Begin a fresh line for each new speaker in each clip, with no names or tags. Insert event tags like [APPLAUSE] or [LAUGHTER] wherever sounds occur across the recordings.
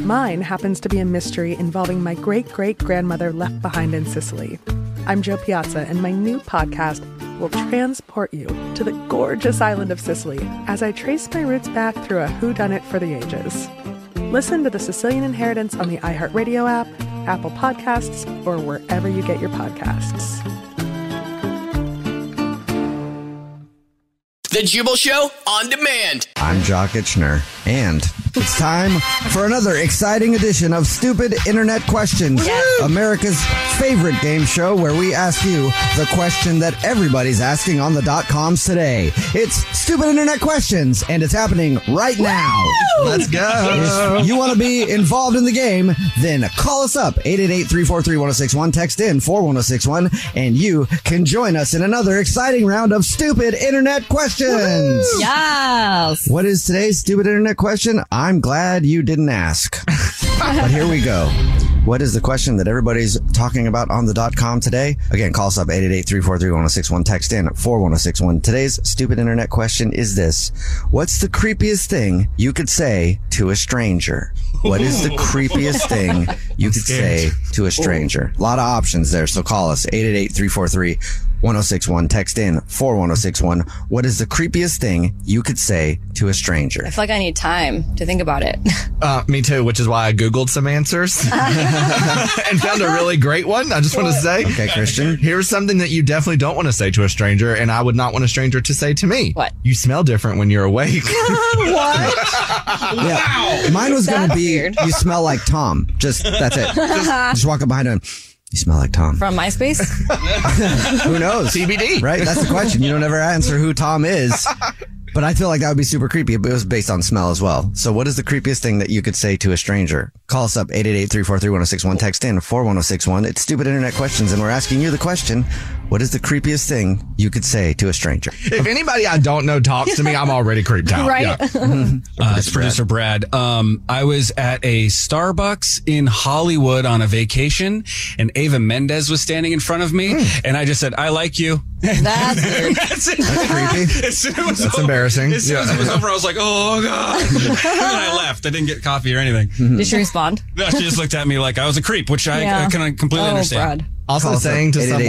Mine happens to be a mystery involving my great great grandmother left behind in Sicily. I'm Joe Piazza, and my new podcast will transport you to the gorgeous island of Sicily as I trace my roots back through a whodunit for the ages. Listen to the Sicilian Inheritance on the iHeartRadio app, Apple Podcasts, or wherever you get your
[LAUGHS]
podcasts.
The Jubal Show on demand.
I'm Jock Itchner, and it's time for another exciting edition of Stupid Internet Questions, America's favorite game show where we ask you the question that everybody's asking on the dot coms today. It's Stupid Internet Questions, and it's happening right now.
Let's go.
If you want to be involved in the game, then call us up 888-343-1061, text in 41061, and you can join us in another exciting round of stupid internet questions.
Yes.
What is today's stupid internet question? I'm glad you didn't ask. [LAUGHS] but here we go. What is the question that everybody's talking about on the dot com today? Again, call us up 888-343-1061, text in 41061. Today's stupid internet question is this. What's the creepiest thing you could say to a stranger? What is the creepiest thing you could say to a stranger? A lot of options there, so call us 888-343-1061, text in 41061. What is the creepiest thing you could say to a stranger?
I feel like I need time to think about it. [LAUGHS]
Uh, me too, which is why I Googled some answers
Uh.
[LAUGHS] and found a really great one. I just want to say.
Okay, Christian.
Here's something that you definitely don't want to say to a stranger, and I would not want a stranger to say to me.
What?
You smell different when you're awake. [LAUGHS]
[LAUGHS]
what?
Yeah. Mine was going to
That's
be
weird.
you smell like Tom. Just that's it. Just, just walk up behind him. You smell like Tom.
From MySpace?
Who knows?
TBD.
Right? That's the question. You don't ever answer who Tom is. But I feel like that would be super creepy, but it was based on smell as well. So what is the creepiest thing that you could say to a stranger? Call us up 888-343-1061, text in 41061. It's stupid internet questions and we're asking you the question, what is the creepiest thing you could say to a stranger?
If anybody I don't know talks to me, I'm already creeped out.
Right? [LAUGHS]
Yeah.
Mm-hmm.
Uh, it's producer Brad. Um, I was at a Starbucks in Hollywood on a vacation, and Ava Mendez was standing in front of me,
Hmm.
and I just said, "I like you."
That's
[LAUGHS]
weird.
That's it.
Creepy?
As soon as it was
That's
over-
embarrassing.
As soon as it was over, I was like, "Oh god!" and
[LAUGHS]
then I left. I didn't get coffee or anything.
Mm-hmm.
Did she respond?
No, she just looked at me like I was a creep, which I, I can completely
oh,
understand.
Brad.
Also saying to someone,
888-343-1061,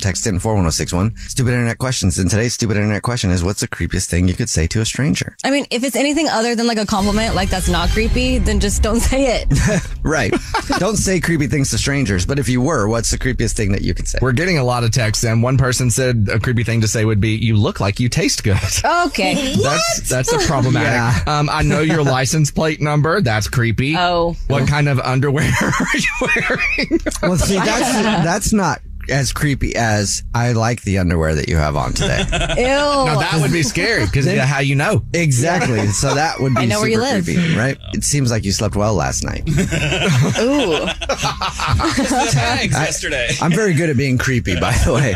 text in 41061. Stupid internet questions. And today's stupid internet question is what's the creepiest thing you could say to a stranger?
I mean, if it's anything other than like a compliment, like that's not creepy, then just don't [LAUGHS] say it.
Right. [LAUGHS] Don't say creepy things [LAUGHS] to strangers, but if you were, what's the creepiest thing that you could say?
we're getting a lot of texts, and one person said a creepy thing to say would be, "You look like you taste good."
Okay.
That's that's a problematic.
[LAUGHS] Yeah.
Um, I know your license plate number. That's creepy.
Oh.
What kind of underwear are you wearing?
Well, [LAUGHS] see, that's [LAUGHS] that's not as creepy as I like the underwear that you have on today.
[LAUGHS] Ew.
Now, that would be scary because how you know.
[LAUGHS] Exactly. So that would be
I know
super
where you live.
creepy, right? It seems like you slept well last night. [LAUGHS]
Ooh.
Thanks. yesterday.
I'm very good at being creepy, by the way.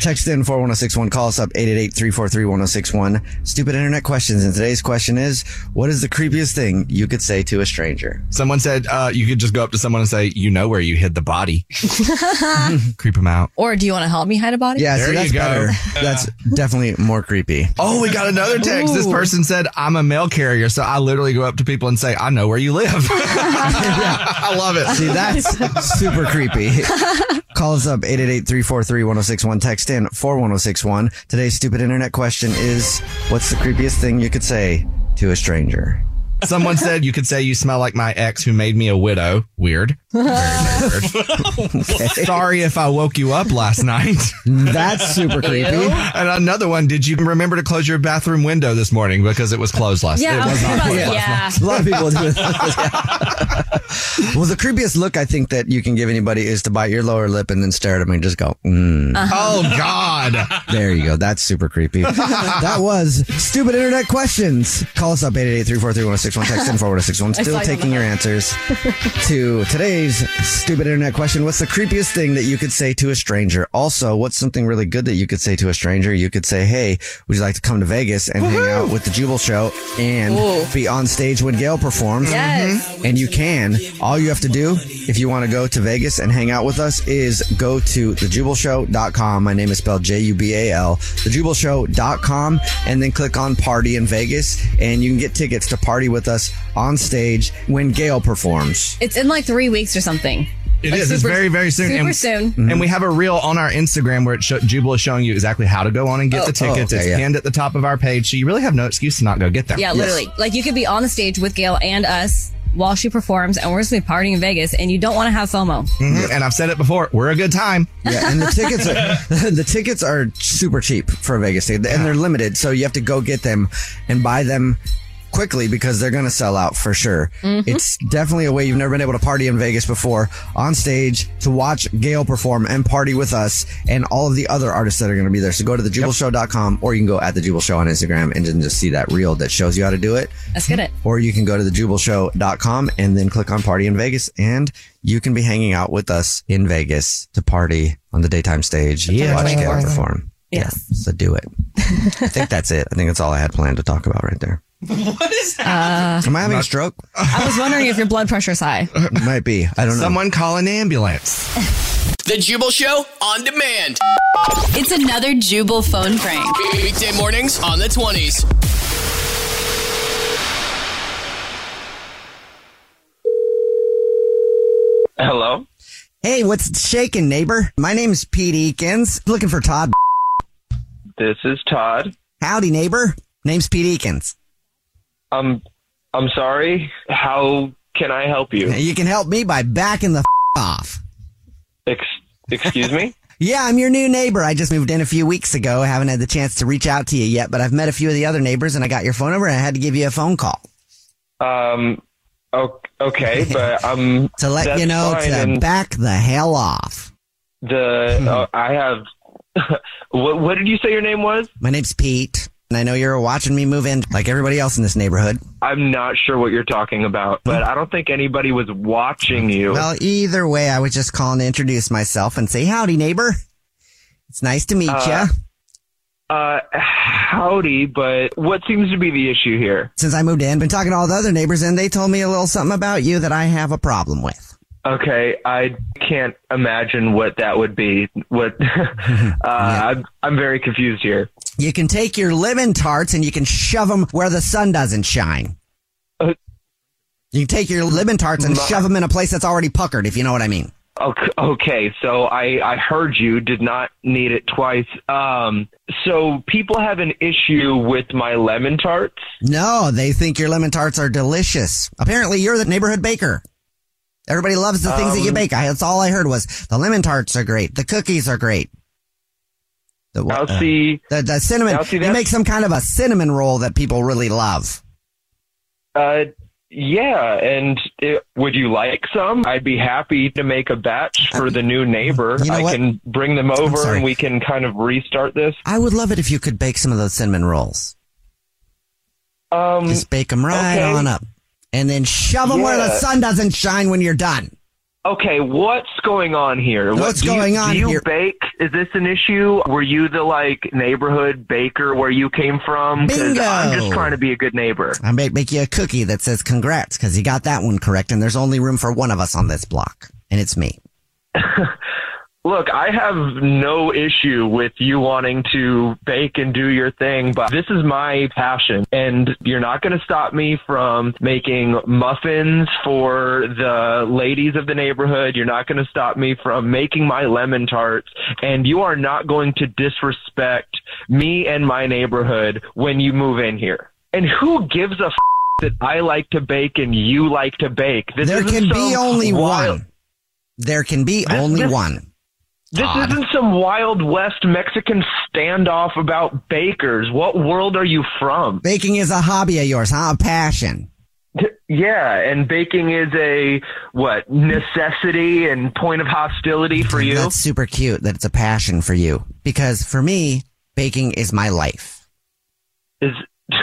Text in 41061, call us up 888-343-1061. Stupid internet questions. And today's question is, what is the creepiest thing you could say to a stranger?
Someone said uh, you could just go up to someone and say, "You know where you hid the body." [LAUGHS] Creep them out.
Or do you want to help me hide a body?
Yeah,
There
see,
you
that's
go.
better. That's definitely more creepy.
[LAUGHS] Oh, we got another text. This person [LAUGHS] said, "I'm a mail carrier," so I literally go up to people and say, "I know where you live." [LAUGHS] I love it.
[LAUGHS]
[LAUGHS]
See, that's super creepy. Call us up 888-343-1061. Text in 41061. Today's stupid internet question is, what's the creepiest thing you could say to a stranger?
Someone said you could say you smell like my ex who made me a widow. Weird. Very weird. [LAUGHS] Sorry if I woke you up last night.
[LAUGHS] That's super creepy.
And another one, did you remember to close your bathroom window this morning because it was closed last
Yeah,
it
I was
not
about to-
closed last
yeah.
A lot of people do that. well, the creepiest look I think that you can give anybody is to bite your lower lip and then stare at them and just go, mm.
Uh-huh.
Oh [LAUGHS] God.
There you go. That's
[LAUGHS]
super creepy. that was stupid internet questions. Call us up 888-343-1061. Text in 41061. Still taking your answers to today's stupid internet question. What's the creepiest thing that you could say to a stranger? Also, what's something really good that you could say to a stranger? You could say, hey, would you like to come to Vegas and hang out with the Jubal Show and be on stage when Gail performs?
Yes.
Mm-hmm. And you can. All you have to do if you want to go to Vegas and hang out with us is go to thejubalshow.com. My name is spelled J U B A L. Thejubalshow.com and then click on Party in Vegas and you can get tickets to party with us on stage when Gail performs.
It's in like three weeks or something.
It
Like
is. it's
super-
very, very soon.
Super
and,
soon.
Mm-hmm.
And we have a reel on our Instagram where it sho- Jubal is showing you exactly how to go on and get the tickets.
Oh, okay,
it's
yeah.
pinned at the top of our page. So you really have no excuse to not go get them.
Yeah, literally. Like you could be on the stage with Gail and us while she performs, and we're just gonna be partying in Vegas, and you don't want to have
[LAUGHS]
FOMO.
Mhm. And I've said it before. We're a good time.
Yeah, and the tickets are [LAUGHS] the tickets are super cheap for a Vegas ticket, and they're limited, so you have to go get them and buy them quickly because they're going to sell out for sure. It's definitely a way you've never been able to party in Vegas before on stage to watch Gail perform and party with us and all of the other artists that are going to be there. So go to thejubalshow.com or you can go at the Jubal Show on Instagram and then just see that reel that shows you how to do it
Let's get it.
or you can go to thejubalshow.com and then click on party in Vegas and you can be hanging out with us in Vegas to party on the daytime stage yeah. watch Gail perform.
Yes.
Yeah, so do it. I think that's it. I think that's all I had planned to talk about right there.
What is that?
Am I having a stroke?
Uh, I was wondering if your blood pressure's high.
Might be. I don't know.
Someone call an ambulance.
The Jubal Show on demand.
It's another Jubal phone prank.
Weekday mornings on the 20s.
Hello.
Hey, what's shaking, neighbor? My name's Pete Eakins. Looking for Todd.
This is Todd.
Howdy, neighbor. Name's Pete Eakins.
Um, I'm sorry. How can I help you?
You can help me by backing the off.
Ex- excuse me?
Yeah, I'm your new neighbor. I just moved in a few weeks ago. I haven't had the chance to reach out to you yet, but I've met a few of the other neighbors and I got your phone number and I had to give you a phone call
Um, o- okay, but um,
to let
that's
you know
fine,
to
and
back Hmm. the hell off.
the uh, I have. [LAUGHS] what What did you say your name was?
My name's Pete and I know you're watching me move in like everybody else in this neighborhood.
I'm not sure what you're talking about, but I don't think anybody was watching you.
Well, either way, I was just calling to introduce myself and say howdy, neighbor. It's nice to meet
Uh,
you.
Uh, howdy, but what seems to be the issue here?
Since I moved in, been talking to all the other neighbors and they told me a little something about you that I have a problem with.
Okay, I can't imagine what that would be. What? [LAUGHS] uh, I'm I'm very confused here.
You can take your lemon tarts and you can shove them where the sun doesn't shine.
Uh,
You can take your lemon tarts and
My-
shove them in a place that's already puckered, if you know what I mean.
Okay, okay, so I, I heard you, did not need it twice. Um, so people have an issue with my lemon tarts.
No, they think your lemon tarts are delicious. Apparently, you're the neighborhood baker. Everybody loves the things that you
Um,
bake. I, that's all I heard was the lemon tarts are great. The cookies are great. The, what-
Now,
uh,
see,
the, the cinnamon.
now see,
you
that's-
make some kind of a cinnamon roll that people really love.
uh, yeah, and it, would you like some? I'd be happy to make a batch for the new neighbor.
you know
I
what?
can bring them over
sorry.
and we can kind of restart this.
I would love it if you could bake some of those cinnamon rolls.
Um,
Just bake them right
okay.
on up. And then shove them where the
Yeah.
sun doesn't shine when you're done.
okay, what's going on here?
What's
do you-
going on
Do you
here?
bake? Is this an issue? Were you the like neighborhood baker where you came from? 'Cause I'm just
Bingo.
trying to be a good neighbor.
I make make you a cookie that says congrats because you got that one correct, and there's only room for one of us on this block, and it's me.
Look, I have no issue with you wanting to bake and do your thing, but this is my passion. And you're not going to stop me from making muffins for the ladies of the neighborhood. You're not going to stop me from making my lemon tarts. And you are not going to disrespect me and my neighborhood when you move in here. And who gives a f- that I like to bake and you like to bake? This
There
isn't
can be
some
only
wild-
one. There can be only one.
This isn't some Wild West Mexican standoff about bakers. What world are you from?
Baking is a hobby of yours, huh? A passion.
Yeah, and baking is a what necessity and point of hostility for you.
That's super cute that it's a passion for you. Because for me, baking is my life.
Is [LAUGHS] is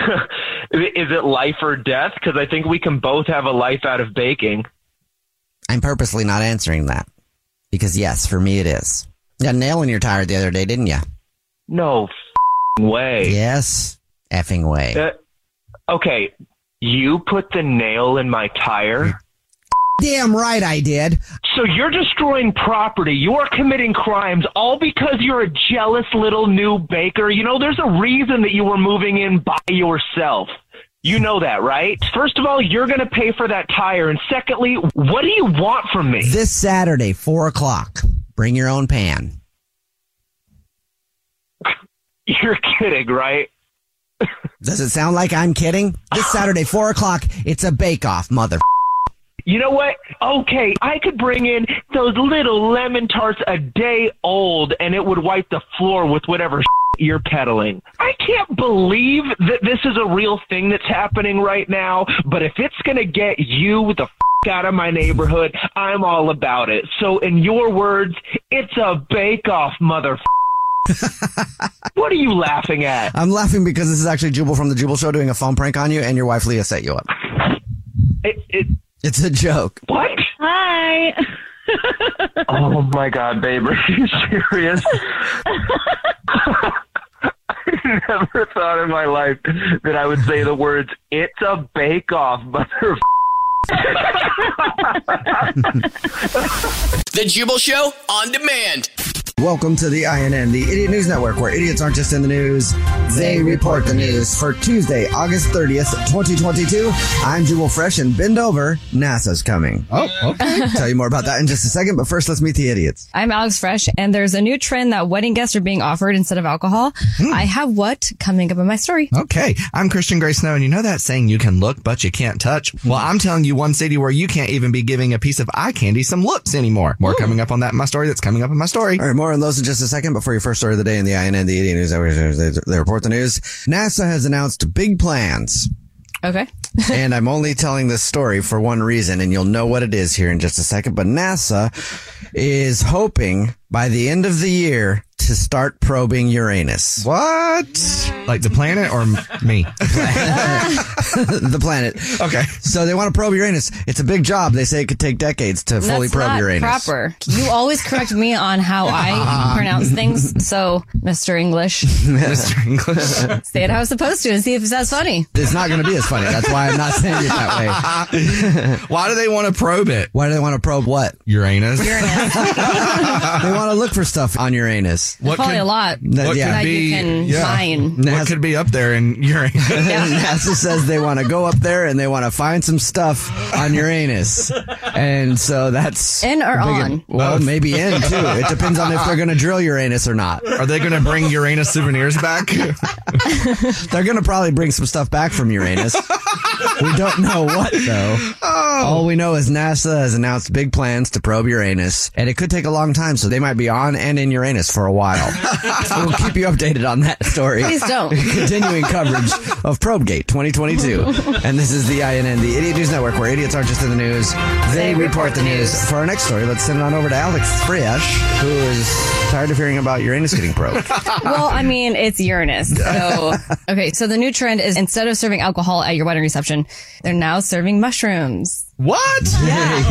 it life or death? Because I think we can both have a life out of baking.
I'm purposely not answering that. Because yes, for me it is. You got a nail in your tire the other day, didn't you?
No f***ing way.
Yes, effing way.
Uh, okay, you put the nail in my tire.
Damn right I did.
So you're destroying property. You are committing crimes all because you're a jealous little new baker. You know, there's a reason that you were moving in by yourself. You know that, right? First of all, you're going to pay for that tire. And secondly, [LAUGHS] what do you want from me?
This Saturday, four o'clock. Bring your own pan.
You're kidding, right?
Does it sound like I'm kidding? This Saturday, four o'clock. It's a bake off, mother.
You know what? Okay, I could bring in those little lemon tarts a day old and it would wipe the floor with whatever you're peddling. I can't believe that this is a real thing that's happening right now, but if it's going to get you the f- out of my neighborhood, I'm all about it. So, in your words, it's a bake off, mother. [LAUGHS] f- what are you laughing at?
I'm laughing because this is actually Jubal from the Jubal Show doing a phone prank on you, and your wife Leah set you up.
It, it,
it's a joke.
What?
Hi.
Oh my God, babe, are you [LAUGHS] serious? I never thought in my life that I would say the words, it's a bake off, mother.
The Jubal Show on demand.
Welcome to the INN, the Idiot News Network, where idiots aren't just in the news, they report the news. For Tuesday, August 30th, 2022, I'm Jubal Fresh, and bend over, NASA's coming. Oh, okay. Tell you more about that in just a second, but first let's meet the idiots.
I'm Alex Fresh, and there's a new trend that wedding guests are being offered instead of alcohol. I have what coming up in my story.
Okay. I'm Christian Gray Snow, and you know that saying, you can look, but you can't touch? Well, I'm telling you one city where you can't even be giving a piece of eye candy some looks anymore. More coming up on that in my story. That's coming up in my story.
All right, more on those in just a second. Before your first story of the day in the INN, the Idiot News Network, they, they report the news. NASA has announced big plans.
Okay.
[LAUGHS] and I'm only telling this story for one reason, and you'll know what it is here in just a second. But NASA is hoping by the end of the year to start probing Uranus.
What? Like the planet or [LAUGHS] me?
[LAUGHS] the planet.
Okay.
So they want to probe Uranus. It's a big job. They say it could take decades to fully
That's
probe
not
Uranus. [LAUGHS]
Proper. You always correct me on how I pronounce things. So, Mr. English,
Mr.
[LAUGHS]
English.
say it how it's supposed to and see if it sounds funny.
It's not going to be as funny. That's why I'm not saying it that way.
[LAUGHS] why do they want to probe it?
Why do they want to probe what?
Uranus.
[LAUGHS] they want to look for stuff on Uranus.
What Probably could- a lot
What
that
could be?
you can
yeah.
mine.
What could be up there in Uranus?
[LAUGHS]
[LAUGHS]
NASA says they want to go up there and they want to find some stuff on Uranus. And so that's
In or
a
on?
Well,
Both.
maybe in
[LAUGHS]
too. It depends on if they're going to drill Uranus or not.
Are they going to bring Uranus souvenirs back? [LAUGHS]
[LAUGHS] They're going to probably bring some stuff back from Uranus. we don't know what though. All we know is NASA has announced big plans to probe Uranus, and it could take a long time, so they might be on and in Uranus for a while. so we'll keep you updated on that story.
Please
[LAUGHS]
don't.
Continuing coverage of ProbeGate [LAUGHS] 2022, and this is the INN, the Idiot News Network, where idiots aren't just in the news; they, report the news. For our next story, let's send it on over to Alex Frisch, who is tired of hearing about Uranus getting probed.
well, I mean, it's Uranus. So, okay. So the new trend is instead of serving alcohol at your wedding reception, they're now serving mushrooms.
What?
Yeah.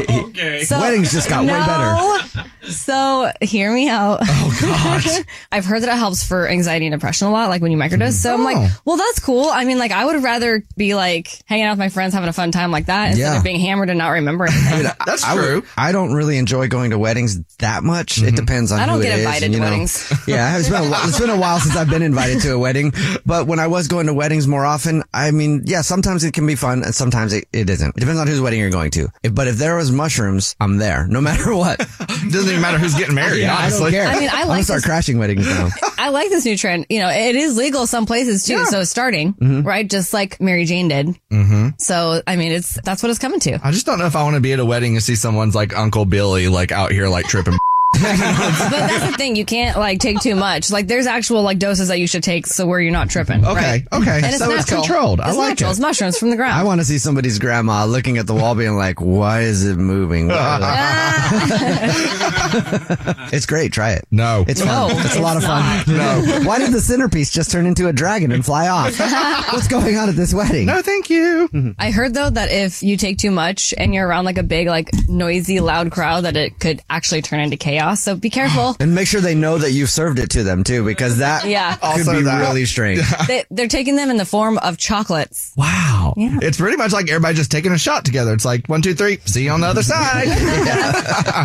Weddings just got way better.
So hear me out. Oh
God.
[LAUGHS] I've heard that it helps for anxiety and depression a lot, like when you microdose. So I'm
Oh.
like, well, that's cool. I mean, like I would rather be like hanging out with my friends, having a fun time like that instead
Yeah.
of being hammered and not remembering.
[LAUGHS] That's
I true. I don't really enjoy going to weddings that much.
Mm-hmm.
It depends on
I don't
who it
get
is,
invited
and, you
to
know.
weddings.
[LAUGHS] yeah, it's been, a while, it's been a while since I've been invited to a wedding. But when I was going to weddings more often, I mean, yeah, sometimes it can be fun and sometimes it, it isn't. It depends on whose wedding you're going to. If, but if there was mushrooms, I'm there no matter what.
[LAUGHS] Doesn't even matter who's getting married,
Yeah,
honestly.
I don't care.
I mean, I
am
like
gonna start
this-
crashing weddings
[LAUGHS]
now.
I like this new trend. You know, it is legal some places too. So it's starting,
Mm-hmm.
Mhm.
right? Just like Mary Jane did.
Mm-hmm.
So, I mean, it's, that's what it's coming to.
I just don't know if I want to be at a wedding and see someone's like Uncle Billy like out here like tripping. [LAUGHS]
[LAUGHS]
but that's the thing. You can't like take too much. Like there's actual like doses that you should take so where you're not tripping. Okay.
okay.
And it's
So it's
natural.
controlled. I
It's
like
natural.
it.
It's mushrooms from the ground.
I want to see somebody's grandma looking at the wall being like, why is it moving?
[LAUGHS]
[LAUGHS] it's great. Try it.
No.
It's fun.
No,
it's a lot of
it's
fun.
No.
[LAUGHS] Why did the centerpiece just turn into a dragon and fly
[LAUGHS]
off? What's going on at this wedding? Mm-hmm.
No, thank you.
I heard though that if you take too much and you're around like a big, like noisy, loud crowd, that it could actually turn into chaos. So be careful.
[GASPS] And make sure they know that you've served it to them too, because that
Yeah.
could
Also
be
that.
really strange.
they, they're taking them in the form of chocolates.
Wow. It's pretty much like everybody just taking a shot together. It's like one, two, three, see you on the other side.
[LAUGHS]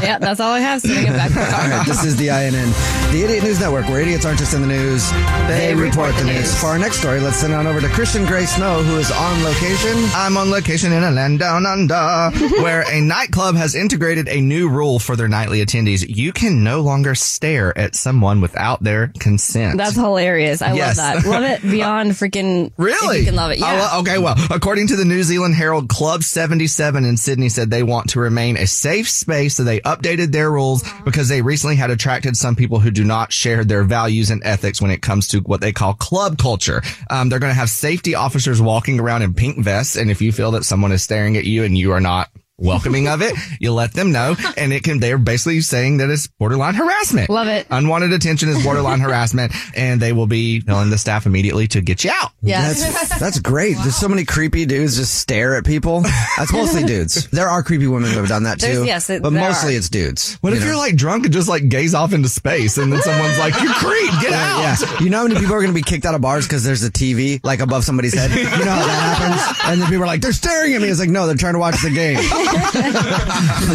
yeah, that's all I have. So we get back.
All right, this is the INN, the Idiot News Network, where idiots aren't just in the news, they, report, the news. For our next story, let's send on over to Christian Gray Snow, who is on location.
I'm on location in a land down under where a nightclub has integrated a new rule for their nightly attendees. You can no longer stare at someone without their consent.
That's hilarious. I
Yes.
love that.
[LAUGHS]
Love it beyond freaking.
Really?
If you can love it.
Oh,
Yeah.
well, okay, well, according to the New Zealand Herald, Club 77 in Sydney said they want to remain a safe space, so they updated their rules because they recently had attracted some people who do not share their values and ethics when it comes to what they call club culture. Um, they're going to have safety officers walking around in pink vests, and if you feel that someone is staring at you and you are not welcoming of
[LAUGHS]
it, you let them know, and it can, they're basically saying that it's borderline harassment.
Love it.
Unwanted attention is
[LAUGHS]
borderline harassment, and they will be telling the staff immediately to get you out.
Yes.
That's, that's great. There's so many creepy dudes just stare at people. That's [LAUGHS]
[LAUGHS]
mostly dudes. There are creepy women who have done that
There's-
too.
yes, it-
but
there
mostly
are.
it's dudes.
What if
know?
you're like drunk and just like gaze off into space and then someone's like, you creep, get out.
Yeah, yeah. You know how many people are going to be kicked out of bars because there's a TV like above somebody's head?
[LAUGHS]
You know how that happens? And then people are like, they're staring at me. It's like, no, they're trying to watch the game.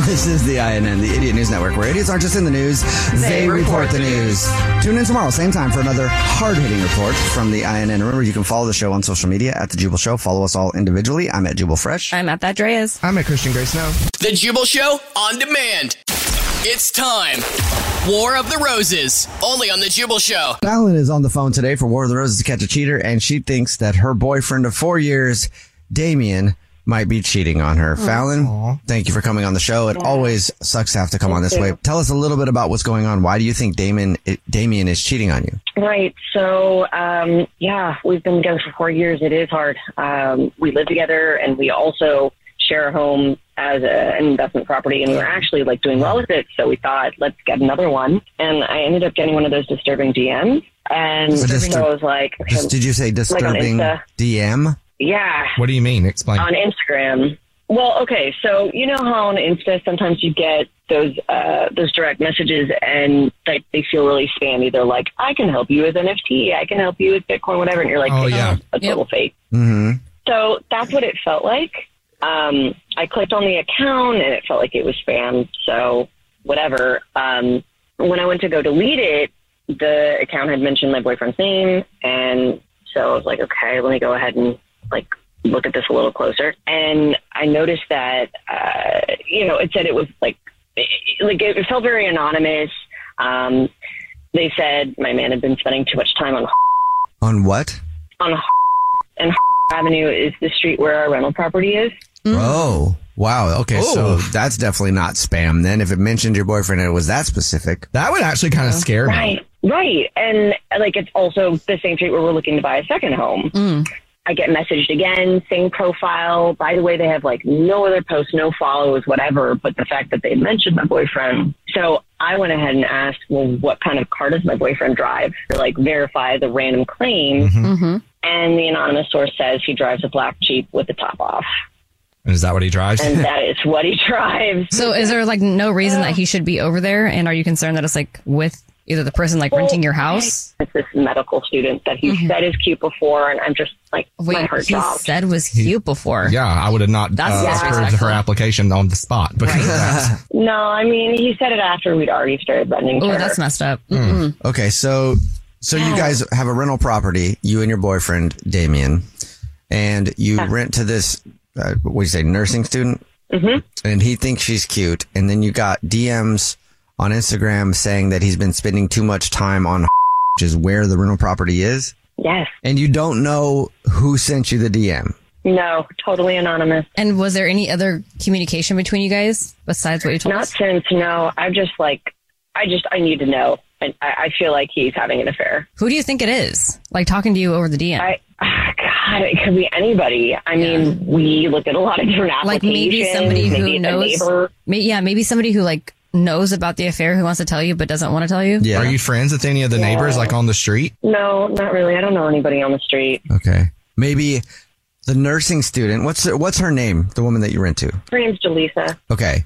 this is the INN, the Idiot News Network, where idiots aren't just in the news, they, report, the news. Tune in tomorrow, same time, for another hard hitting report from the INN. Remember, you can follow the show on social media at The Jubal Show. Follow us all individually. I'm at Jubal Fresh.
I'm at that Dreas.
I'm at Christian Grace Snow.
The Jubal Show on demand. It's time. War of the Roses. Only on The Jubal Show.
Fallon is on the phone today for War of the Roses to catch a cheater, and she thinks that her boyfriend of four years, Damien, might be cheating on her. Fallon, thank you for coming on the show. It always sucks to have to come on this
you.
way. Tell us a little bit about what's going on. Why do you think Damon it, Damien is cheating on you?
Right. So, um, yeah, we've been together for four years. It is hard. Um, we live together and we also share a home as a, an investment property and we were actually like doing well with it. So we thought, let's get another one. And I ended up getting one of those disturbing DMs. And
Disturbing.
so I was like, okay,
Just, did you say
Like on
disturbing
Insta.
DM?
yeah,
What do you mean? Explain.
on Instagram. Well, okay, so you know how on Insta sometimes you get those uh, those direct messages and like they feel really spammy. They're like, "I can help you with NFT, I can help you with Bitcoin, whatever," and you're like,
Oh,
"That's
yeah.
a total fake."
Mm-hmm.
So that's what it felt like. Um, I clicked on the account and it felt like it was spam. So whatever. Um, when I went to go delete it, the account had mentioned my boyfriend's name, and so I was like, okay, let me go ahead and like look at this a little closer. And I noticed that uh, you know it said it was like like it felt very anonymous. Um, they said my man had been spending too much time on
On what?
on and Avenue is the street where our rental property is.
Oh. Wow. Okay. So
Oh.
that's definitely not spam. Then, if it mentioned your boyfriend and it was that specific,
That would actually kind of scare me.
Right, right, and like it's also the same street where we're looking to buy a second home. I get messaged again, same profile. By the way, they have like no other posts, no follows, whatever. But the fact that they mentioned my boyfriend, so I went ahead and asked, well, what kind of car does my boyfriend drive? To, like verify the random claim.
Mm-hmm.
And the anonymous source says he drives a black Jeep with the top off.
Is that what he drives? [LAUGHS]
and that is what he [LAUGHS] drives.
So is there like no reason that he should be over there? And are you concerned that it's like with either the person like renting your house?
It's this medical student that he
Mm-hmm.
said is cute before, and I'm just like my heart
he
dropped.
said was cute before.
Yeah, I would have not
That's
uh, approved
disrespectful.
her application on the spot because of
[LAUGHS]
that.
No, I mean he said it after we'd already started bending.
Oh, that's messed up.
Okay, so so you guys have a rental property, you and your boyfriend Damien, and you rent to this uh, what do you say, nursing student,
mm-hmm.
and he thinks she's cute, and then you got DMs on Instagram saying that he's been spending too much time on, which is where the rental property is.
Yes.
and you don't know who sent you the DM.
No, totally anonymous.
And was there any other communication between you guys besides what you told
Not
us?
since. No, I'm just like I just I need to know, and I, I feel like he's having an affair.
Who do you think it is? Like talking to you over the DM?
God, it could be anybody. I mean, we look at a lot of different applications.
like maybe somebody
maybe
who
it's a
knows.
neighbor.
May, yeah, maybe somebody who like knows about the affair who wants to tell you but doesn't want to tell you.
Are you friends with any of the neighbors, like on the street?
No, not really. I don't know anybody on the street.
Okay. Maybe the nursing student. What's her, what's her name? The woman that you rent to.
Her name's Jaleesa.
Okay.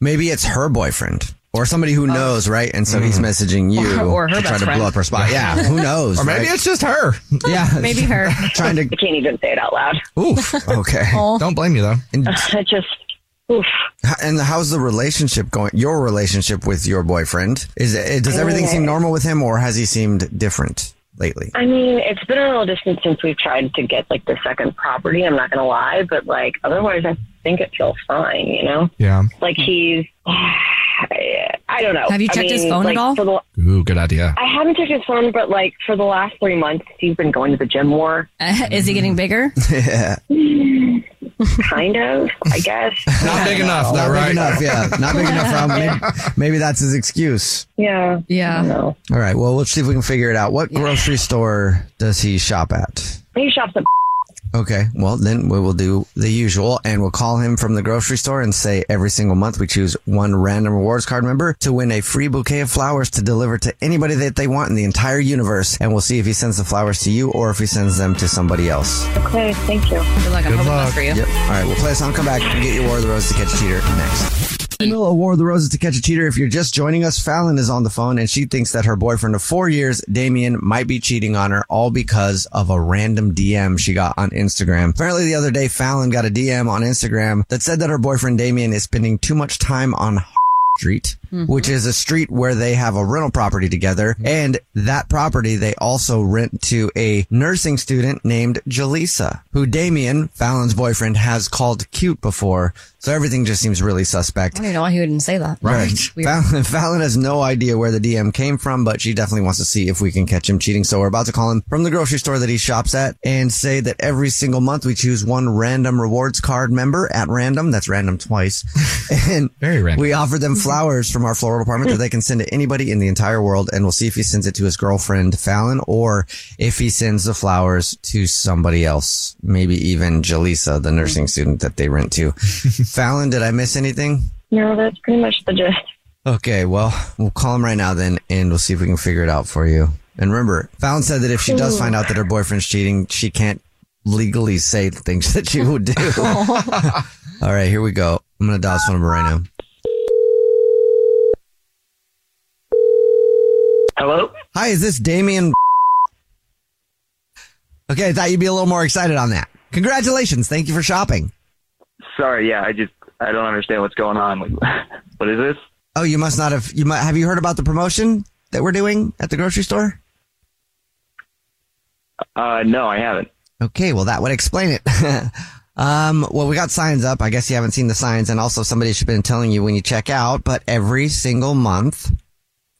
Maybe it's her boyfriend or somebody who knows, right? And so he's messaging you
[LAUGHS] Or- or her
to try
best
to
friend.
blow up her spot. Yeah,
[LAUGHS]
who
[LAUGHS]
knows?
Or maybe
right? [LAUGHS]
it's just her.
Yeah.
Maybe her.
[LAUGHS] Trying to. I
can't even say it out loud.
Oof. Okay.
Don't blame you though.
And,
I [LAUGHS] just. Oof.
and how's the relationship going? Your relationship with your boyfriend is it, does everything seem normal with him, or has he seemed different lately? [LAUGHS]
I mean, it's been a little distance since we've tried to get like the second property. I'm not gonna lie, but like otherwise, I think it feels fine. You know,
Yeah.
like he's. [SIGHS] I don't know.
Have you
I
checked his
mean,
phone at
like,
all?
for the-
Ooh, good idea.
I haven't checked his phone, but like for the last three months, he's been going to the gym more.
[LAUGHS] Is he getting bigger?
yeah.
[SIGHS] kind of, I
[LAUGHS]
guess.
Not big enough, though,
Not
right?
big enough, yeah. Not big
[LAUGHS]
enough. Rob. Maybe, maybe that's his excuse.
Yeah.
Yeah.
All right. Well, let's see if we can figure it out. What grocery store does he shop at?
He shops at. [LAUGHS]
Okay. Well, then we will do the usual and we'll call him from the grocery store and say every single month we choose one random rewards card member to win a free bouquet of flowers to deliver to anybody that they want in the entire universe. And we'll see if he sends the flowers to you or if he sends them to somebody else.
Okay, thank you.
Good luck. I'm hoping luck. for you.
Yep. All right, we'll play a song, come back, and get your War of the Roses to catch a cheater next. Camilla Award the Roses to catch a cheater. If you're just joining us, Fallon is on the phone and she thinks that her boyfriend of four years, Damien, might be cheating on her all because of a random DM she got on Instagram. Apparently the other day, Fallon got a DM on Instagram that said that her boyfriend Damien is spending too much time on [LAUGHS] Street,
Mhm.
which is a street where they have a rental property together. And that property they also rent to a nursing student named Jaleesa, who Damien, Fallon's boyfriend, has called cute before. So everything just seems really
I
suspect.
don't even know why he wouldn't say that. Weird.
Fallon, [LAUGHS] Fallon has no idea where the DM came from, but she definitely wants to see if we can catch him cheating. So we're about to call him from the grocery store that he shops at and say that every single month we choose one random rewards card member at random. That's random [LAUGHS] twice. And Very random. we offer them flowers from our floral department that they can send to anybody in the entire world. And we'll see if he sends it to his girlfriend, Fallon, or if he sends the flowers to somebody else, maybe even Jaleesa, the nursing student that they rent [LAUGHS] to. Fallon, did I miss anything?
No, that's pretty much the gist.
Okay, well, we'll call him right now then, and we'll see if we can figure it out for you. And remember, Fallon said that if she does find out that her boyfriend's cheating, she can't legally say the things [LAUGHS] that she would do. All right, here we go. I'm going to dial his phone number right now.
Hello?
Hi, is this Damien? Okay, I thought you'd be a little more excited on that. Congratulations. Thank you for shopping.
Sorry, yeah, I just I don't understand what's going on. [LAUGHS] Like, what is this?
Oh, you must not have, you might, have you heard about the promotion that we're doing at the grocery store?
Uh, no, I haven't.
Okay, well, that would explain it. [LAUGHS] um, well, we got signs up. I guess you haven't seen the signs. And also, somebody should have been telling you when you check out. But every single month,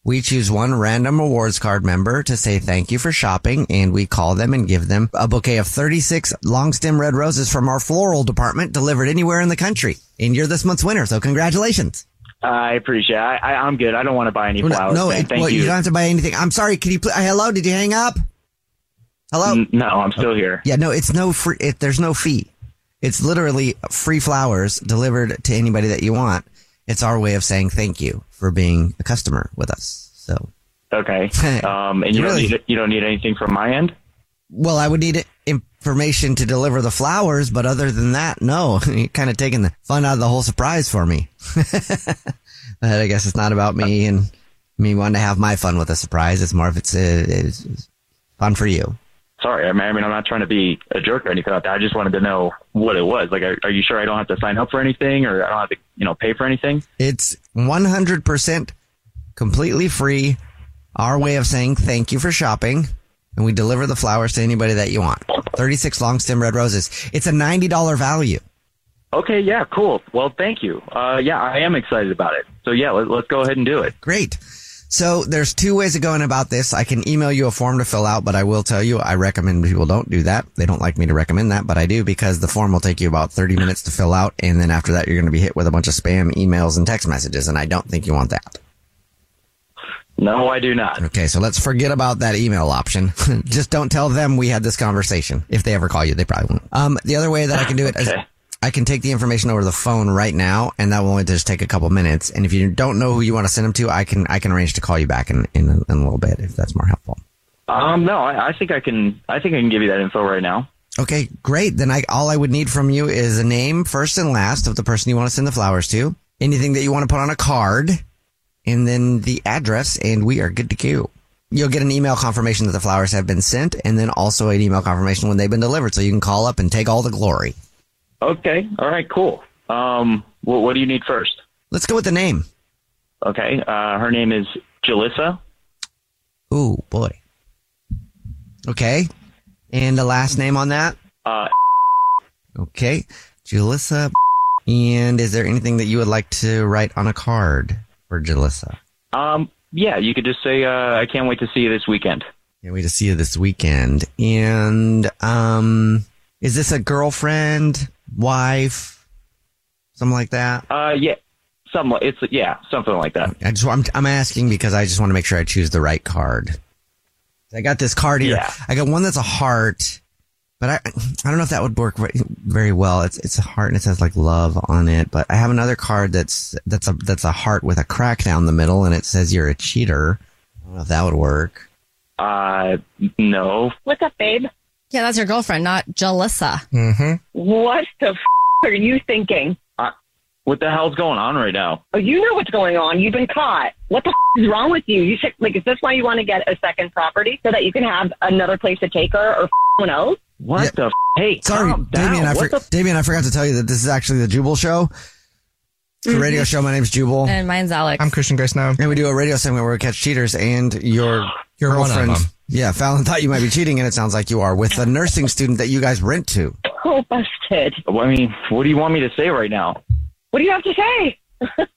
we choose one random rewards card member to say thank you for shopping. And we call them and give them a bouquet of 36 long stem red roses from our floral department delivered anywhere in the country. And you're this month's winner. So, congratulations.
I appreciate. It. I, I I'm good. I don't want to buy any flowers.
no,
thank
it- well,
you.
you don't have to buy anything. I'm sorry. Can you pl- uh, Hello, did you hang up? Hello?
N- No, I'm still here.
Yeah, no, it's no free. It, there's no fee. It's literally free flowers delivered to anybody that you want. It's our way of saying thank you for being a customer with us. So,
Okay. Um, and you
[LAUGHS] Really?
don't need you don't need anything from my end.
well, I would need information to deliver the flowers, but other than that, no. [LAUGHS] You're kind of taking the fun out of the whole surprise for me. [LAUGHS] but I guess it's not about me and me wanting to have my fun with a surprise. It's more of it's, uh, it's it's fun for you.
Sorry, I mean, I mean, I'm not trying to be a jerk or anything like that. I just wanted to know what it was. Like, are, are you sure I don't have to sign up for anything, or I don't have to, you know, pay for anything?
It's 100% completely free. Our way of saying thank you for shopping. And we deliver the flowers to anybody that you want. 36 long stem red roses. It's a $90 value.
Okay, yeah, cool. Well, thank you. Uh, yeah, I am excited about it. So yeah, let, let's go ahead and do it.
Great. So there's two ways of going about this. I can email you a form to fill out, but I will tell you, I recommend people don't do that. They don't like me to recommend that, but I do because the form will take you about 30 minutes to fill out. And then after that, you're going to be hit with a bunch of spam emails and text messages. And I don't think you want that.
No, I do not.
Okay. So let's forget about that email option. [LAUGHS] Just don't tell them we had this conversation. If they ever call you, they probably won't. Um, the other way that I can do it
[LAUGHS]
is I can take the information over the phone right now, and that will only just take a couple minutes. And if you don't know who you want to send them to, I can I can arrange to call you back in in, a- in a little bit if that's more helpful.
Um, no, I, I think I can. I think I can give you that info right now.
Okay, great. Then I all I would need from you is a name first and last of the person you want to send the flowers to, anything that you want to put on a card, and then the address, and we are good to go. You'll get an email confirmation that the flowers have been sent, and then also an email confirmation when they've been delivered, so you can call up and take all the glory.
Okay. All right. Cool. Um, what, what do you need first?
Let's go with the name.
Okay. Uh, her name is Jalissa.
Ooh, boy. Okay. And the last name on that?
Uh,
Okay. Julissa. And is there anything that you would like to write on a card for Julissa?
um, yeah, you could just say, uh, I can't wait to see you this weekend.
Can't wait to see you this weekend. And um, is this a girlfriend, wife, something like that?
Uh, yeah, something. It's yeah, something like that.
I just I'm, I'm asking because I just want to make sure I choose the right card. I got this card here.
Yeah.
I got one that's a heart, but I I don't know if that would work ve- very well. It's it's a heart and it says like love on it, but I have another card that's that's a that's a heart with a crack down the middle and it says you're a cheater. I don't know if that would work.
Uh, no.
What's up, babe? Yeah, that's your girlfriend, not Jalissa.
Mm-hmm.
What the f-
[LAUGHS] Are you thinking?
What the hell's going on right now?
Oh, you know what's going on. You've been caught. What the f- is wrong with you? You should like. Is this why you want to get a second property so that you can have another place to take her or f- someone else?
What the? F- hey,
sorry, Damien. I, for- Damien, I forgot to tell you that this is actually the Jubal Show. It's a radio show. My name's Jubal.
And mine's Alex.
Christian Grace now. And we do a radio segment where we catch cheaters and your
[GASPS] You're one of
girlfriend.
them.
Yeah, Fallon thought you might be cheating, and it sounds like you are with a nursing student that you guys rent to.
Oh, busted.
Well, I mean, what do you want me to say right now?
What do you have to say?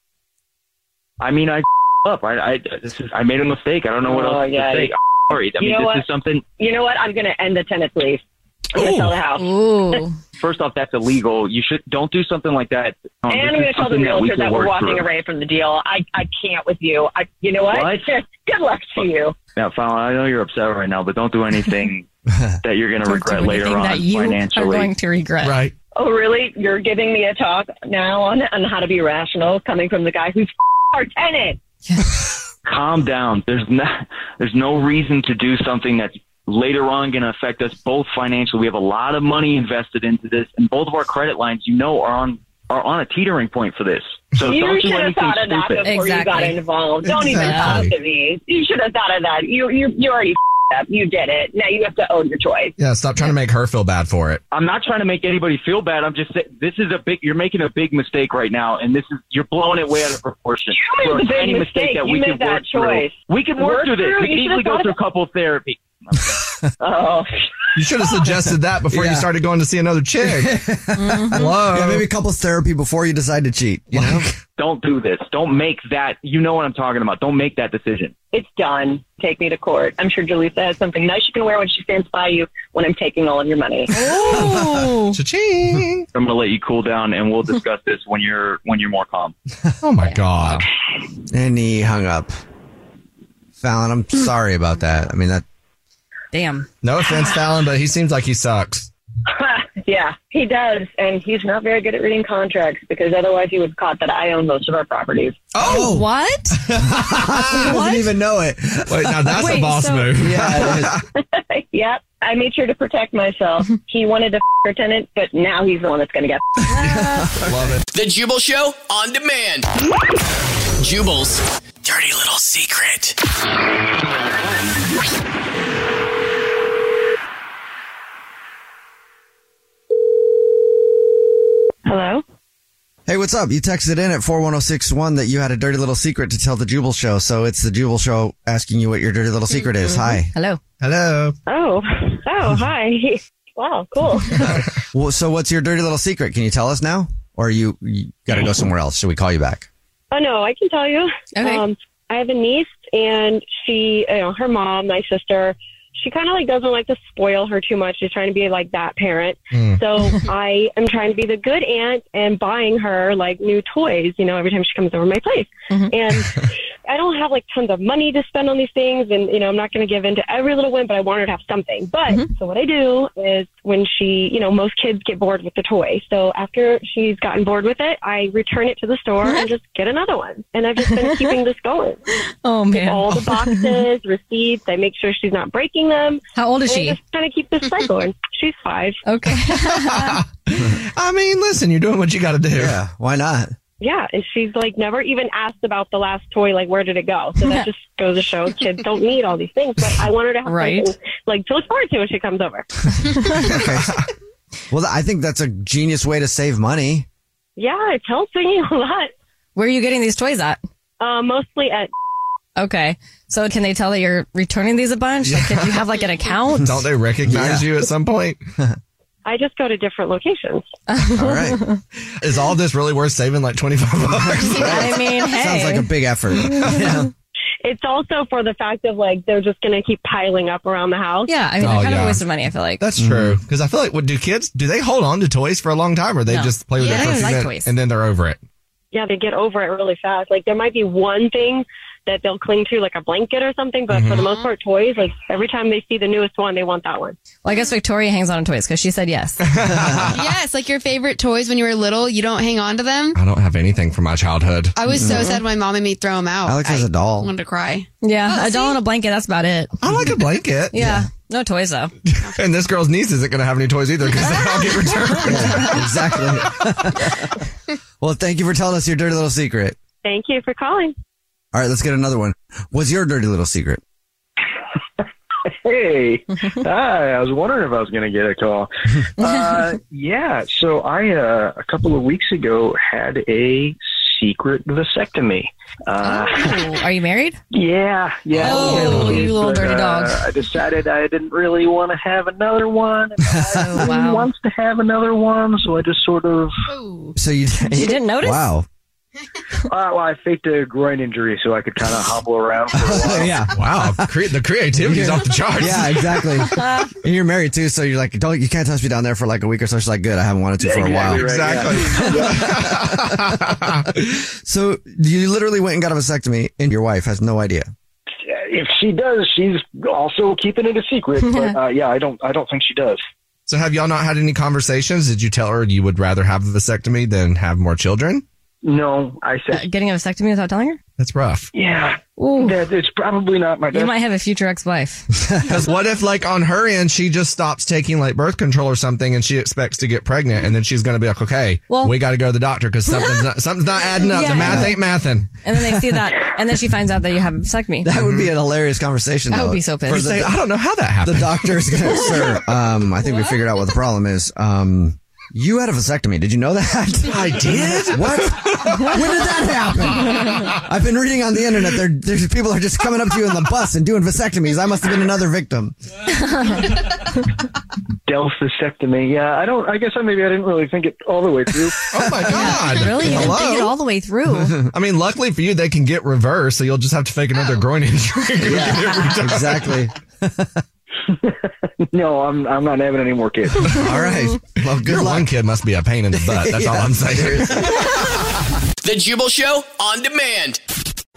I mean, I up. I I, this is, I made a mistake. I don't know what
Oh,
else
yeah,
to say.
you-
Sorry. I
you
mean,
know
this is
what?
something.
You know what? I'm going to end the tenants lease. I'm going to sell the house.
Ooh.
First off, that's illegal. You should don't do something like that. Um,
[LAUGHS] and
this
I'm going to
is
tell the
something we
realtor
can
that we're
work
walking
through.
away from the deal. I, I can't with you. I, you know what?
What?
[LAUGHS] Good luck to you.
Now, Fallon, I know you're upset right now, but don't do anything that you're going to regret later on financially.
to regret.
Right.
Oh, really? You're giving me a talk now on, on how to be rational coming from the guy who's our tenant.
Calm down. There's no, there's no reason to do something that's later on going to affect us both financially. We have a lot of money invested into this, and both of our credit lines, you know, are on are on a teetering point for this. So
you
don't do
should have
anything
thought of that
stupid.
before you got involved. Don't
Exactly.
even talk to me. You should have thought of that. You you you already f***ed up. You did it. Now you have to own your choice.
Yeah, stop trying to make her feel bad for it.
I'm not trying to make anybody feel bad. I'm just saying this is a big. You're making a big mistake right now, and this is you're blowing it way out of proportion.
made
For a
the big
tiny
mistake.
that
You
we
made
can
that
work through.
choice.
We can work,
Work
through this.
through.
We
You
can
should've
easily go
thought
through
of-
couple
[LAUGHS]
therapy.
Oh,
You should
[LAUGHS]
have suggested that before you
Yeah. Mm-hmm.
started going to see another
[LAUGHS]
chick. Hello.
Yeah, maybe a couples therapy before you decide to cheat. You know?
Don't do this. Don't make that. You know what I'm talking about. Don't make that decision.
It's done. Take me to court. I'm sure Jaleesa has something nice she can wear when she stands by you when I'm taking all of your money.
Oh, Cha-ching.
I'm gonna let you cool down, and we'll discuss this when you're when you're more calm.
Oh my god.
And he hung up. Fallon, I'm sorry about that. I mean that.
Damn.
No offense, Fallon, but he seems like he sucks.
[LAUGHS] Yeah, he does, and he's not very good at reading contracts because otherwise he would have caught that I own most of our properties.
Oh,
what?
[LAUGHS] I didn't even know it.
Wait, now that's a
Wait,
boss
so-
move.
Yeah, it is.
[LAUGHS] yep, I made sure to protect myself. he wanted [LAUGHS] to f- her tenant, but now he's the one that's going to get. [LAUGHS]
Love it.
The Jubal Show on demand. Jubal's dirty little secret.
Hello?
Hey, what's up? You texted in at 41061 that you had a dirty little secret to tell the Jubal Show. So it's the Jubal Show asking you what your dirty little secret
Mm-hmm.
is. Hi.
Hello.
Mm-hmm. Hello.
Oh, oh, hi.
[LAUGHS]
Wow, cool.
Well, so what's your dirty little secret? Can you tell us now? Or you, you got to go somewhere else? Should we call you back?
Oh no, I can tell you. Um, I have a niece, and she, you know, her mom, my sister, she kind of like doesn't like to spoil her too much. She's trying to be like that parent.
Mm.
So I am trying to be the good aunt and buying her like new toys. You know, every time she comes over my place, and I don't have like tons of money to spend on these things, and you know, I'm not going to give in to every little whim, but I want her to have something. But
Mm-hmm.
so what I do is when she, you know, most kids get bored with the toy. So after she's gotten bored with it, I return it to the store
Mm-hmm.
and just get another one. And I've just been keeping this going.
[LAUGHS] Oh man!
all
[LAUGHS]
the boxes, receipts. I make sure she's not breaking them.
How old is
and
she?
I just kind of keep this cycle, and she's five. [LAUGHS]
Okay. [LAUGHS]
I mean, listen, you're doing what you got to do. Yeah,
why not?
Yeah, and she's like never even asked about the last toy, like where did it go? So
[LAUGHS]
that just goes to show kids don't need all these things. But I want her to have
Right.
something, like to look forward to when she comes
[LAUGHS]
over.
Well, I think that's a genius way to save money.
Yeah, it's helping you [LAUGHS] a lot.
Where are you getting these toys at?
Uh, mostly at.
Okay, so can they tell that you're returning these a bunch? Like, do you
[LAUGHS]
have like an account?
Don't they recognize you at some
[LAUGHS]
point?
I just go to different locations.
All right. Is all this really worth saving like 25 bucks?
[LAUGHS] I mean,
Sounds like a
big effort.
[LAUGHS]
It's also for the fact of like they're just going to keep piling up around the house. Mm-hmm.
Yeah, I mean, they're Oh, kind of yeah. a waste of money. I feel like
That's true. Because I feel like, what do kids do? They hold on to toys for a long time, or they
No.
just play with
Yeah,
it
they
for a
don't
few
like
minutes
toys.
and then they're over [LAUGHS] it.
Yeah, they get over it really fast. Like there might be one thing that they'll cling to, like a blanket or something, but for
Mm-hmm.
Mhm.
the most part, toys. Like every time they see the newest one, they want that one.
Well, I guess Victoria hangs on to toys because she said yes.
[LAUGHS] yes, like your favorite toys when you were little, you don't hang on to them.
I don't have anything from my childhood.
I was so sad my mom made me throw them out.
Mm-hmm. Alex has
I
a doll.
wanted to cry. Oh,
Yeah, a doll and a blanket. That's about it.
I like a blanket.
Yeah, no toys though.
And this girl's niece isn't going to have any toys either
[LAUGHS]
because they all get returned.
exactly. [LAUGHS] Well, thank you for telling us your dirty little secret.
Thank you for calling.
All right, let's get another one. What's your dirty little secret?
[LAUGHS] Hey, hi. I was wondering if I was going to get a
[LAUGHS]
call. Uh, yeah, so I uh, a couple of weeks ago had a secret vasectomy. Uh,
Are you married?
Yeah, [LAUGHS] yeah.
Oh, you little
but,
dirty
uh,
dog.
I decided I didn't really want to have another one. And I
wow.
wants to have another one, so I just sort of.
So you,
You didn't notice?
Wow.
Uh, well, I faked a groin injury so I could kind of hobble around
[LAUGHS]
for a while.
yeah.
[LAUGHS] Wow. Cre- the creativity's off the charts.
[LAUGHS]
Yeah, exactly.
Uh-huh.
and you're married too, so you're like, don't you can't touch me down there for like a week or so. She's like, good, I haven't wanted to
Yeah,
for a while.
exactly right,
So you literally went and got a vasectomy, and your wife has no idea.
if she does, she's also keeping it a secret.
[LAUGHS]
But uh, yeah, I don't, I don't think she does.
So have y'all not had any conversations? Did you tell her you would rather have a vasectomy than have more children?
No, I said
Getting a vasectomy without telling her?
That's rough.
Yeah. That, it's probably not my
You
best-
might have a future ex-wife.
Because what if, like, on her end, she just stops taking like birth control or something, and she expects to get pregnant, and then she's going to be like, "Okay,
Well-
we got to go to the doctor because something's not, something's not adding up.
Yeah.
The math ain't mathing."
And then they see that, and then she finds out that you have a vasectomy.
That would be an hilarious conversation.
I would
though.
be so pissed.
For
You say, "I don't know how that happened."
The doctor's
[LAUGHS]
gonna, sir. Um, I think we figured out what the problem is. Um, you had a vasectomy. Did you know that?
[LAUGHS] I did?
What? when did that happen? I've been reading on the internet. There, there's people are just coming up to you in the bus and doing vasectomies. I must have been another victim.
Delph vasectomy. Yeah, I don't. I guess I maybe I didn't really think it all the way through.
[LAUGHS] oh
[LAUGHS]
my god!
really? You didn't think it
Hello?
all the
[LAUGHS]
way through?
I mean, luckily for you, they can get reversed, so you'll just have to fake another groin injury. [LAUGHS]
exactly.
[LAUGHS] no, I'm I'm not having any more kids.
All right. Well, good Your one kid must be a pain in the butt. That's
[LAUGHS]
all I'm saying.
The Jubal Show on demand.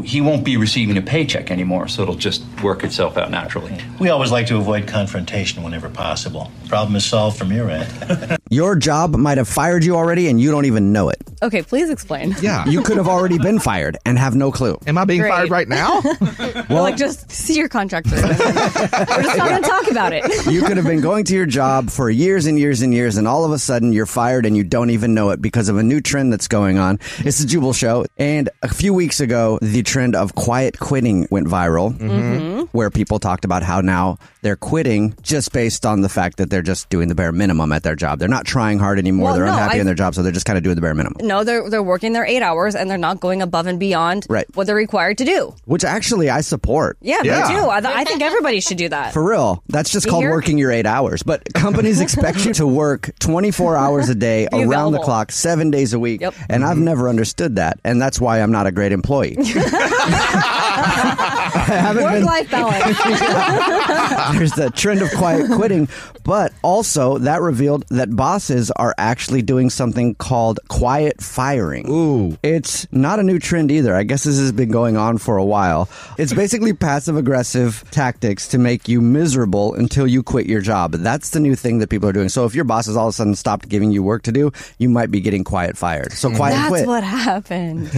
He won't be receiving a paycheck anymore, so it'll just work itself out naturally.
We always like to avoid confrontation whenever possible. Problem is solved from your end.
Your job might have fired you already and you don't even know it.
Okay, please explain.
You could have already been fired and have no clue.
Am I being
Great.
fired right
[LAUGHS]
now?
well, like just see your contractor. [LAUGHS] We're just not going to talk about [LAUGHS] it.
you could have been going to your job for years and years and years, and all of a sudden you're fired and you don't even know it because of a new trend that's going on. It's the Jubal Show. And a few weeks ago, the trend of quiet quitting went viral,
Mhm.
Mm-hmm.
where people talked about how now they're quitting just based on the fact that they're just doing the bare minimum at their job. They're not trying hard anymore.
Well,
they're
no,
unhappy
I-
in their job, so they're just kind of doing the bare minimum.
No, they're they're working their eight hours and they're not going above and beyond
Right.
what they're required to do.
Which actually I support.
Yeah, me too. I, th- I think everybody should do that.
For real. That's just
Be
called
here.
working your eight hours. But companies expect
[LAUGHS]
you to work 24 hours a day,
Be
around the
available.
clock, seven days a week.
Yep.
And I've never understood that. And that's why I'm not a great employee. haven't been-
Work life balance.
[LAUGHS] There's the trend of
[LAUGHS]
quiet quitting. But also, that revealed that bosses are actually doing something called quiet firing. Ooh. It's not a new trend either. I guess this has been going on for a while. It's basically passive aggressive tactics to make you miserable until you quit your job. That's the new thing that people are doing. So if your boss has all of a sudden stopped giving you work to do, you might be getting quiet fired. So quiet
That's
quit.
what happened. [LAUGHS]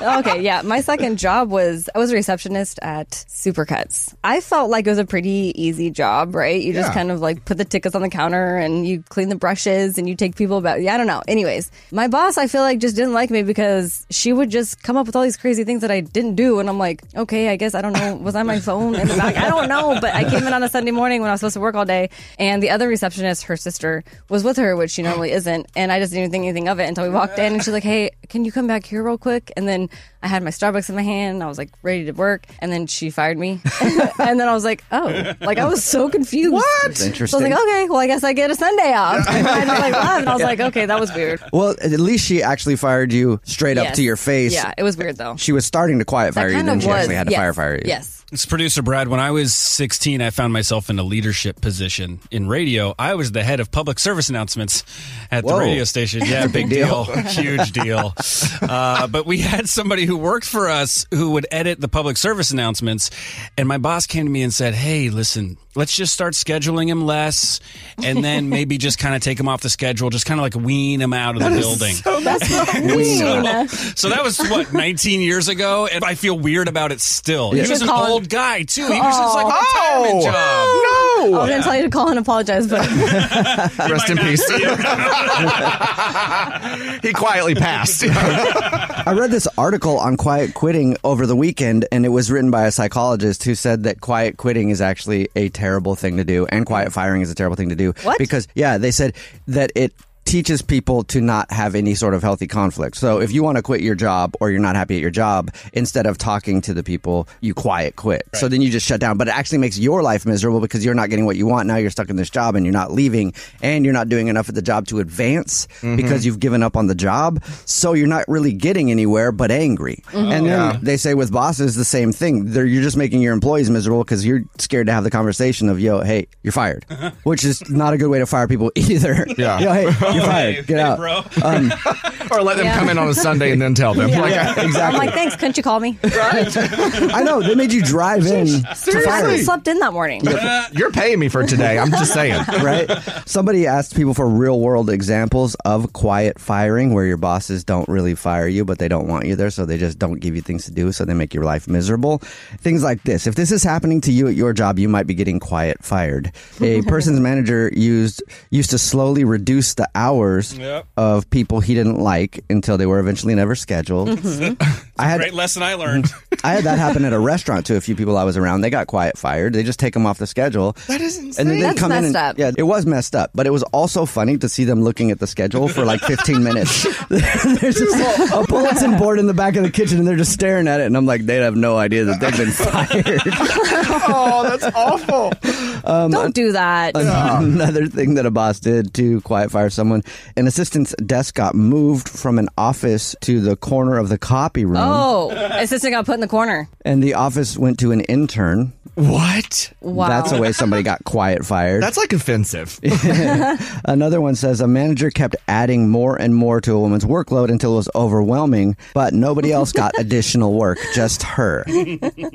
okay, yeah. My second job was I was a receptionist at Supercuts. I felt like it was a pretty easy job, right? You just
Yeah.
kind of like put the tickets on the counter and you clean the brushes and you take people about. Yeah, I don't know. Anyways, my boss I feel like just didn't like me because she would just come up with all these crazy things that I didn't do, and I'm like, okay, I guess I don't know. Was I my phone in the back? I don't know, but I came in on a Sunday morning when I was supposed to work all day, and the other receptionist, her sister, was with her, which she normally isn't, and I just didn't even think anything of it until we walked in, and she's like, hey, can you come back here real quick? And then I had my Starbucks in my hand, and I was like ready to work, and then she fired me, [LAUGHS] and then I was like, oh, like I was so confused.
[LAUGHS]
What?
That's
So I was
interesting.
like, okay, well, I guess I get a Sunday off. [LAUGHS] and I like left, and I was
Yeah.
like, okay, that was weird.
Well, at least she actually fired you straight up
Yes.
to your face.
Yeah, it was weird though.
She was starting to quiet fire you,
kind
then
of
she
was,
actually had to
yes,
fire fire you.
Yes.
It's producer Brad. When I was 16, I found myself in a leadership position in radio. I was the head of public service announcements at
Whoa.
the radio station. Yeah,
That's a
big
big
deal.
deal.
Huge deal. Uh, but we had somebody who worked for us who would edit the public service announcements. And my boss came to me and said, Hey, listen, let's just start scheduling him less and then maybe just kind of take him off the schedule, just kind of like wean him out of
That
the
is
building.
so
That's
[LAUGHS] so, so that was what 19 years ago, and I feel weird about it still.
You
Oh, He was
should
an
call him.
old guy too. He was just like a
Oh.
retirement job.
No. I was
Yeah.
gonna tell you to call and apologize, but
Rest in peace. [LAUGHS] he quietly passed.
I read this article on quiet quitting over the weekend, and it was written by a psychologist who said that quiet quitting is actually a terrible thing to do, and quiet firing is a terrible thing to do.
What?
Because, yeah, they said that it teaches people to not have any sort of healthy conflict. So if you want to quit your job or you're not happy at your job, instead of talking to the people, you quiet quit. So then you just shut down, but it actually makes your life miserable because you're not getting what you want. Now you're stuck in this job and you're not leaving and you're not doing enough at the job to advance because
Mhm.
you've given up on the job. So you're not really getting anywhere but angry.
Mhm.
And then
Yeah.
they say with bosses the same thing. They're, you're just making your employees miserable because you're scared to have the conversation of, yo, hey, you're fired, which is not a good way to fire people [LAUGHS] either.
Uh-huh. Yeah.
[LAUGHS]
Yo, hey, you're
[LAUGHS] Hey,
fired. Get out. Um,
or let them
Yeah.
come in on a Sunday and then tell them.
Yeah.
Like,
[LAUGHS] Yeah, [LAUGHS]
I'm
exactly.
like, thanks. Couldn't you call me? [LAUGHS]
I know. They made you
[LAUGHS]
drive in. to
I
fire.
haven't slept in that morning. [LAUGHS]
You're paying me for today. I'm just saying.
[LAUGHS] right? Somebody asked people for real world examples of quiet firing where your bosses don't really fire you, but they don't want you there, so they just don't give you things to do, so they make your life miserable. Things like this. If this is happening to you at your job, you might be getting quiet fired. A person's manager used used to slowly reduce the hours
Yep.
of people he didn't like until they were eventually never scheduled.
[LAUGHS]
Mm-hmm. I had
Great lesson I learned.
I had that happen at a restaurant to a few people I was around. They got quiet fired. They just take them off the schedule.
That is
And then they
That's
come in and,
messed up.
Yeah, it was messed up, but it was also funny to see them looking at the schedule for like
[LAUGHS]
15 minutes. [LAUGHS] There's just a bulletin board in the back of the kitchen, and they're just staring at it, and I'm like, they have no idea that they've been [LAUGHS] fired.
oh, that's awful.
Um,
Don't do that.
an- Another thing that a boss did to quiet fire someone: an assistant's desk got moved from an office to the corner of the copy room,
Oh, assistant got put in the corner.
and the office went to an intern.
What?
Wow.
That's a way somebody got quiet fired.
That's like offensive.
[LAUGHS] Another one says a manager kept adding more and more to a woman's workload until it was overwhelming, but nobody else got additional
[LAUGHS]
work, just her.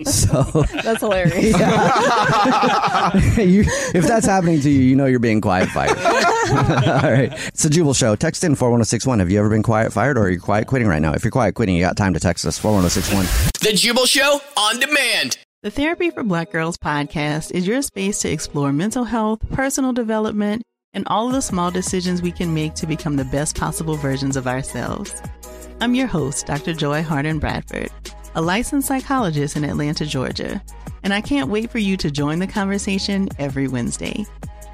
So [LAUGHS]
That's hilarious.
Yeah. [LAUGHS] you, if that's happening to you, you know you're being quiet fired. [LAUGHS] All right. It's the Jubal Show. Text in 41061. Have you ever been quiet fired or are you quiet quitting right now? If you're quiet quitting, you got time to text us 41061.
The Jubal Show on demand.
The Therapy for Black Girls podcast is your space to explore mental health, personal development, and all of the small decisions we can make to become the best possible versions of ourselves. I'm your host, Dr. Joy Harden Bradford, a licensed psychologist in Atlanta, Georgia, and I can't wait for you to join the conversation every Wednesday.